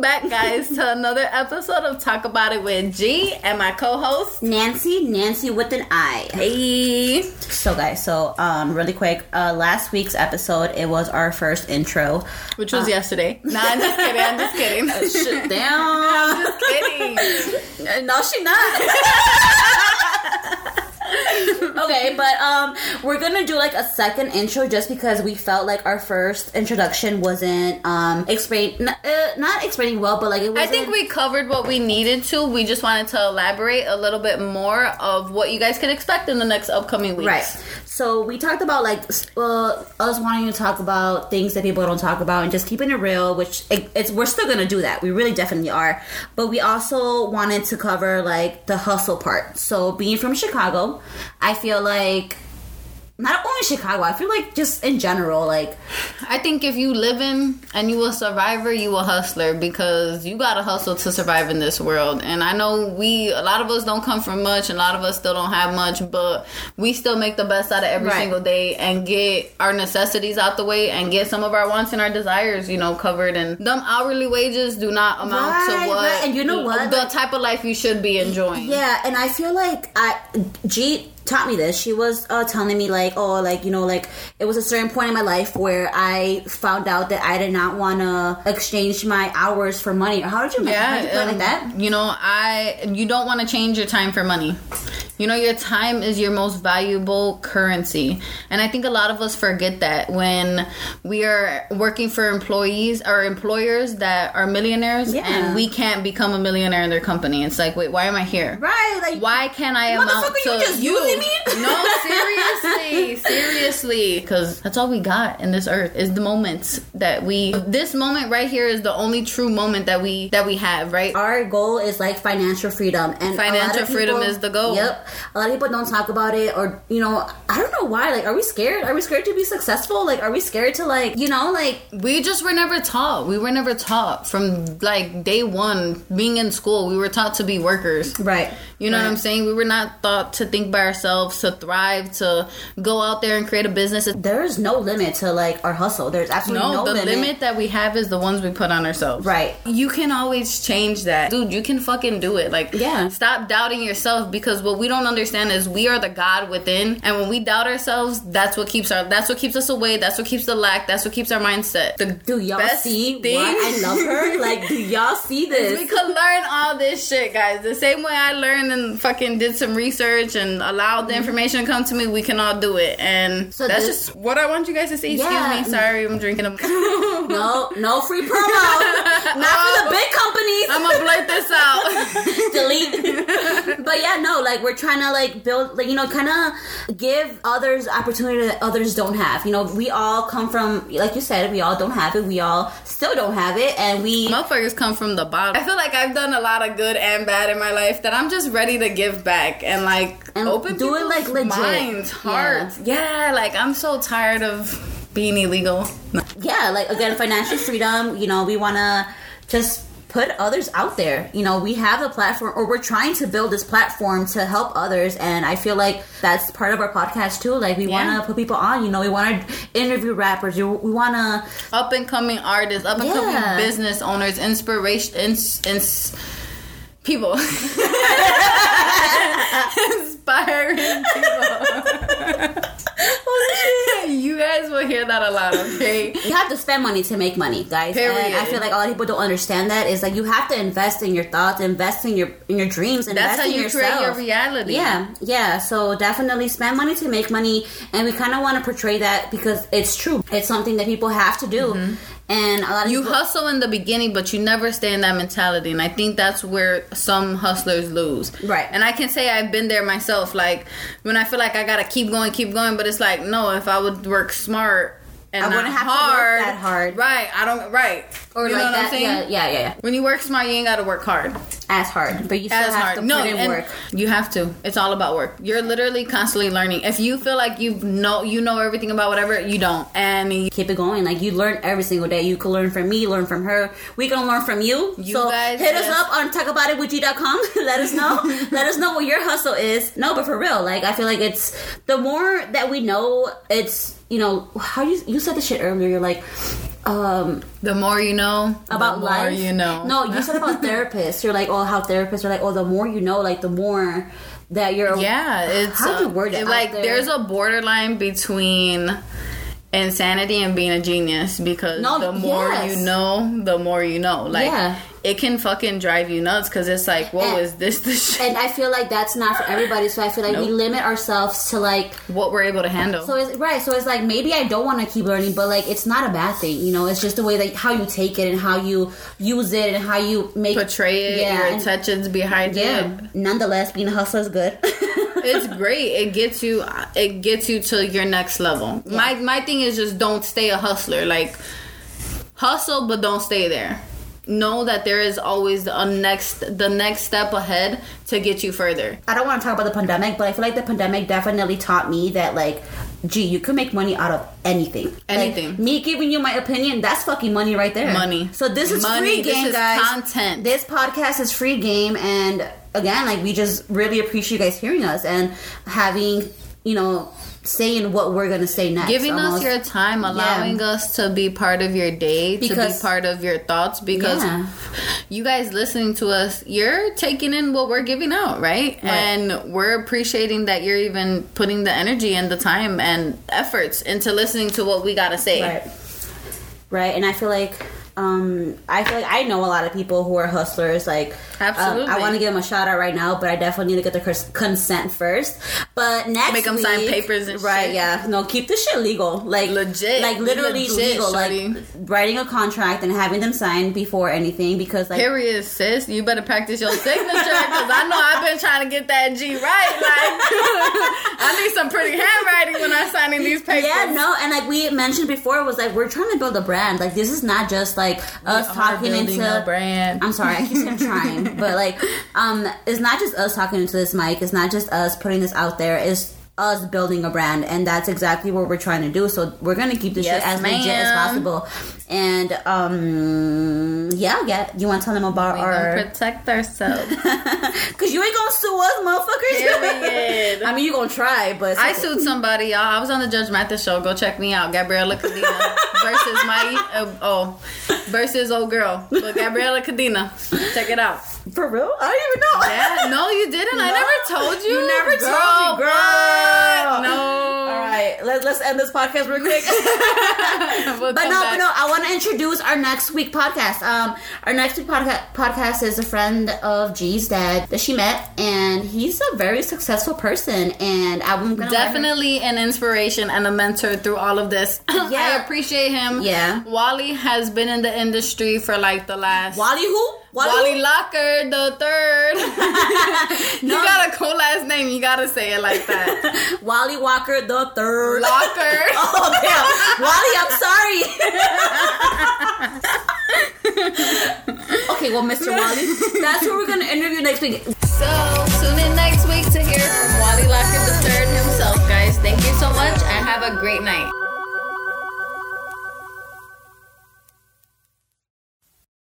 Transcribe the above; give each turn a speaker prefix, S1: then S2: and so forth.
S1: guys to another episode of Talk About It with G and my co-host.
S2: Nancy, Nancy with an I.
S1: Hey.
S2: So guys, so um, really quick, uh, last week's episode it was our first intro.
S1: Which was yesterday. Nah, I'm just kidding. I'm just kidding. Ah.
S2: Shit, damn.
S1: I'm just kidding.
S2: Uh, no, she not. okay, but um, we're gonna do like a second intro just because we felt like our first introduction wasn't um explain n- uh, not explaining well, but like it was.
S1: I think we covered what we needed to. We just wanted to elaborate a little bit more of what you guys can expect in the next upcoming weeks.
S2: Right. So we talked about like s- uh, us wanting to talk about things that people don't talk about and just keeping it real, which it, it's we're still gonna do that. We really definitely are. But we also wanted to cover like the hustle part. So being from Chicago, I feel like not only Chicago, I feel like just in general, like
S1: I think if you live in and you a survivor, you a hustler because you gotta hustle to survive in this world. And I know we a lot of us don't come from much, and a lot of us still don't have much, but we still make the best out of every
S2: Right.
S1: single day and get our necessities out the way and get some of our wants and our desires, you know, covered. And them hourly wages do not amount
S2: Right,
S1: to what
S2: right. And you know what?
S1: the type of life you should be enjoying.
S2: Yeah, and I feel like I G taught me this. She was uh, telling me like, oh, like you know, like it was a certain point in my life where I found out that I did not want to exchange my hours for money. Or how did you? how did you put it like
S1: and,
S2: that.
S1: um, You know, I you don't want to change your time for money. You know, your time is your most valuable currency. And I think a lot of us forget that when we are working for employees or employers that are millionaires
S2: Yeah.
S1: and we can't become a millionaire in their company. It's like, wait, why am I here?
S2: Right, like
S1: Why can't I amount
S2: Motherfucker,
S1: to
S2: you just using me?
S1: No, seriously, seriously, because that's all we got in this earth is the moments that we. This moment right here is the only true moment that we that we have, right?
S2: Our goal is like financial freedom, and a lot of
S1: Financial freedom
S2: people-
S1: is the goal.
S2: Yep, a lot of people don't talk about it, or you know, I don't know why. Like, are we scared? Are we scared to be successful? Like, are we scared to like, you know, like
S1: We just were never taught. We were never taught from like day one being in school. We were taught to be workers.
S2: right?
S1: You know what I'm saying? We were not taught to think by ourselves, to thrive, to go out there and create a business.
S2: There's no limit to like our hustle. There's absolutely
S1: No,
S2: no,
S1: the limit. that we have is the ones we put on ourselves.
S2: Right.
S1: You can always change that. Dude, you can fucking do it. Like,
S2: Yeah.
S1: stop doubting yourself because what we don't understand is we are the God within. And when we doubt ourselves, that's what keeps our that's what keeps us away. That's what keeps the lack. That's what keeps our mindset. The
S2: Do y'all
S1: best
S2: see
S1: thing-
S2: why I love her? Like, do y'all see
S1: we
S2: this?
S1: could learn all this shit, guys. The same way I learned and fucking did some research and allowed the information to come to me, we can all do it. And
S2: Mm-hmm. So
S1: that's
S2: this-
S1: just what I want you guys to see.
S2: Yeah.
S1: Excuse me, sorry, I'm drinking them.
S2: No, no free promo. Not for the
S1: Oh.
S2: big companies.
S1: I'm gonna blurt this out.
S2: Delete. but yeah, no, like we're trying to like build, like you know, kind of give others opportunity that others don't have. You know, we all come from, like you said, we all don't have it. We all still don't have it, and we
S1: Motherfuckers come from the bottom. I feel like I've done a lot of good and bad in my life that I'm just ready to give back and like
S2: And
S1: open
S2: do it, like,
S1: people's
S2: legit.
S1: minds,
S2: Yeah.
S1: hearts. Yeah. like I'm so tired of being illegal. No.
S2: yeah, like again, financial freedom. You know, we want to just put others out there. You know, we have a platform, or we're trying to build this platform to help others. And I feel like that's part of our podcast too. Like we want
S1: Yeah.
S2: to put people on. You know, we want to interview rappers. You- We want to
S1: up and coming artists, up and coming
S2: Yeah.
S1: business owners, inspiration, ins, ins, people, inspiring people. you guys will hear that a lot, okay?
S2: you have to spend money to make money, guys. And I
S1: Period.
S2: feel like a lot of people don't understand that. Is like you have to invest in your thoughts, invest in your in your dreams, invest
S1: That's how
S2: in
S1: you
S2: yourself.
S1: create your reality.
S2: Yeah, yeah. So definitely spend money to make money, and we kind of want to portray that because it's true. It's something that people have to do, and a lot of
S1: Mm-hmm. You
S2: people,
S1: hustle in the beginning, but you never stay in that mentality. And I think that's where some hustlers lose.
S2: Right.
S1: And I can say I've been there myself. Like, when I feel like I gotta keep going, keep going, but it's like, no, if I would work smart and
S2: I
S1: not
S2: wouldn't have to work
S1: hard,
S2: that hard.
S1: Right. I don't, right.
S2: or
S1: you
S2: like
S1: know what
S2: that.
S1: I'm saying?
S2: Yeah, yeah, yeah, yeah.
S1: When you work smart, you ain't gotta work hard.
S2: As hard, but you still
S1: As
S2: have
S1: hard.
S2: to
S1: no,
S2: put in
S1: and
S2: work.
S1: you have to. It's all about work. You're literally constantly learning. If you feel like you know you know everything about whatever, you don't. And you
S2: Keep it going. Like you learn every single day. You can learn from me, learn from her. We can learn from you.
S1: You
S2: so
S1: guys
S2: hit us
S1: just-
S2: up on talkaboutitwithg.com. Let us know. Let us know what your hustle is. No, but for real, like I feel like it's the more that we know, it's you know how you you said this shit earlier. You're like. um
S1: The more you know,
S2: about
S1: the more
S2: life.
S1: you know.
S2: No, you said about therapists. You're like, oh, how therapists are like, oh, the more you know, like the more that you're.
S1: Yeah, it's uh,
S2: How do you word it out
S1: Like
S2: there?
S1: there's a borderline between insanity and being a genius because
S2: No,
S1: the more
S2: yes.
S1: you know, the more you know. Like
S2: Yeah.
S1: it can fucking drive you nuts because it's like, whoa,
S2: And-
S1: is this the shit?
S2: And I feel like that's not for everybody. So I feel like we
S1: Nope.
S2: limit ourselves to like.
S1: what we're able to handle.
S2: So it's right. So it's like maybe I don't want to keep learning, but like it's not a bad thing. You know, it's just the way that how you take it and how you use it and how you make
S1: Portray it,
S2: Yeah,
S1: your
S2: and-
S1: intentions behind
S2: Yeah.
S1: it.
S2: Nonetheless, being a hustler is good.
S1: It's great. It gets you. It gets you to your next level. My my thing is just don't stay a hustler. Like hustle, but don't stay there. Know that there is always a next the next step ahead to get you further.
S2: I don't want to talk about the pandemic, but I feel like the pandemic definitely taught me that like, gee, you can make money out of anything. Like,
S1: Anything.
S2: me giving you my opinion, that's fucking money right there.
S1: Money.
S2: So this is
S1: Money.
S2: free
S1: This
S2: game,
S1: is
S2: guys.
S1: content.
S2: This podcast is free game, and again, like we just really appreciate you guys hearing us and having you know saying what we're gonna say next.
S1: Giving us
S2: almost.
S1: your time, allowing us to be part of your day, to
S2: Because-
S1: be part of your thoughts, because
S2: Yeah.
S1: you guys listening to us, you're taking in what we're giving out, right? And we're appreciating that you're even putting the energy and the time and efforts into listening to what we gotta say.
S2: Right. Right. And I feel like um I feel like I know a lot of people who are hustlers. Like um, I
S1: Absolutely.
S2: want to give them a shout out right now, but I definitely need to get their cons- consent first. But next
S1: Make 'em sign
S2: week-
S1: papers and
S2: right.
S1: shit.
S2: Yeah. No, keep the shit legal. Like
S1: Legit.
S2: Like literally
S1: Legit,
S2: legal.
S1: shorty.
S2: Like writing a contract and having them sign before anything because like
S1: Period, sis. You better practice your signature because I know I've been trying to get that G right. Like, I need some pretty handwriting when I'm signing these papers.
S2: Yeah, no, and like we mentioned before, it was like we're trying to build a brand. Like this is not just like us
S1: Are
S2: talking
S1: building
S2: into
S1: a brand.
S2: I'm sorry, I keep saying trying, but like, um, it's not just us talking into this mic. It's not just us putting this out there. It's us building a brand, and that's exactly what we're trying to do. So we're gonna keep this
S1: Yes,
S2: shit as legit as
S1: ma'am.
S2: possible. And um, yeah, yeah. You want to tell them about
S1: We gonna
S2: our?
S1: protect ourselves.
S2: Cause you ain't gonna sue us, motherfuckers.
S1: Period.
S2: I mean, you gonna try, but
S1: I sued somebody, y'all. I was on the Judge Mathis show. Go check me out. Gabriella Cadena versus my uh, oh versus old girl. But Gabriella Cadena, check it out.
S2: for real. I don't even know.
S1: Yeah, no, you didn't. I
S2: No.
S1: never told you.
S2: You never told me, girl.
S1: what? No.
S2: All right, let, let's end this podcast real quick.
S1: We'll
S2: But
S1: come
S2: no,
S1: back.
S2: but no, I want to introduce our next week podcast. Um, our next week podca- podcast is a friend of G's dad that she met, and he's a very successful person. And I'm gonna let her-
S1: Definitely an inspiration and a mentor through all of this.
S2: Yeah.
S1: I appreciate him.
S2: Yeah.
S1: Wally has been in the industry for like the last
S2: Wally who
S1: Wally
S2: who?
S1: Locker the third. you
S2: No.
S1: got a cool last name. You gotta say it like that.
S2: Wally Walker the third.
S1: Locker.
S2: Oh damn, Wally, I'm sorry. okay, well, Mr. Wally, that's who we're gonna interview next week.
S1: So tune in next week to hear from Wally Locker the third himself, guys. Thank you so much and have a great night.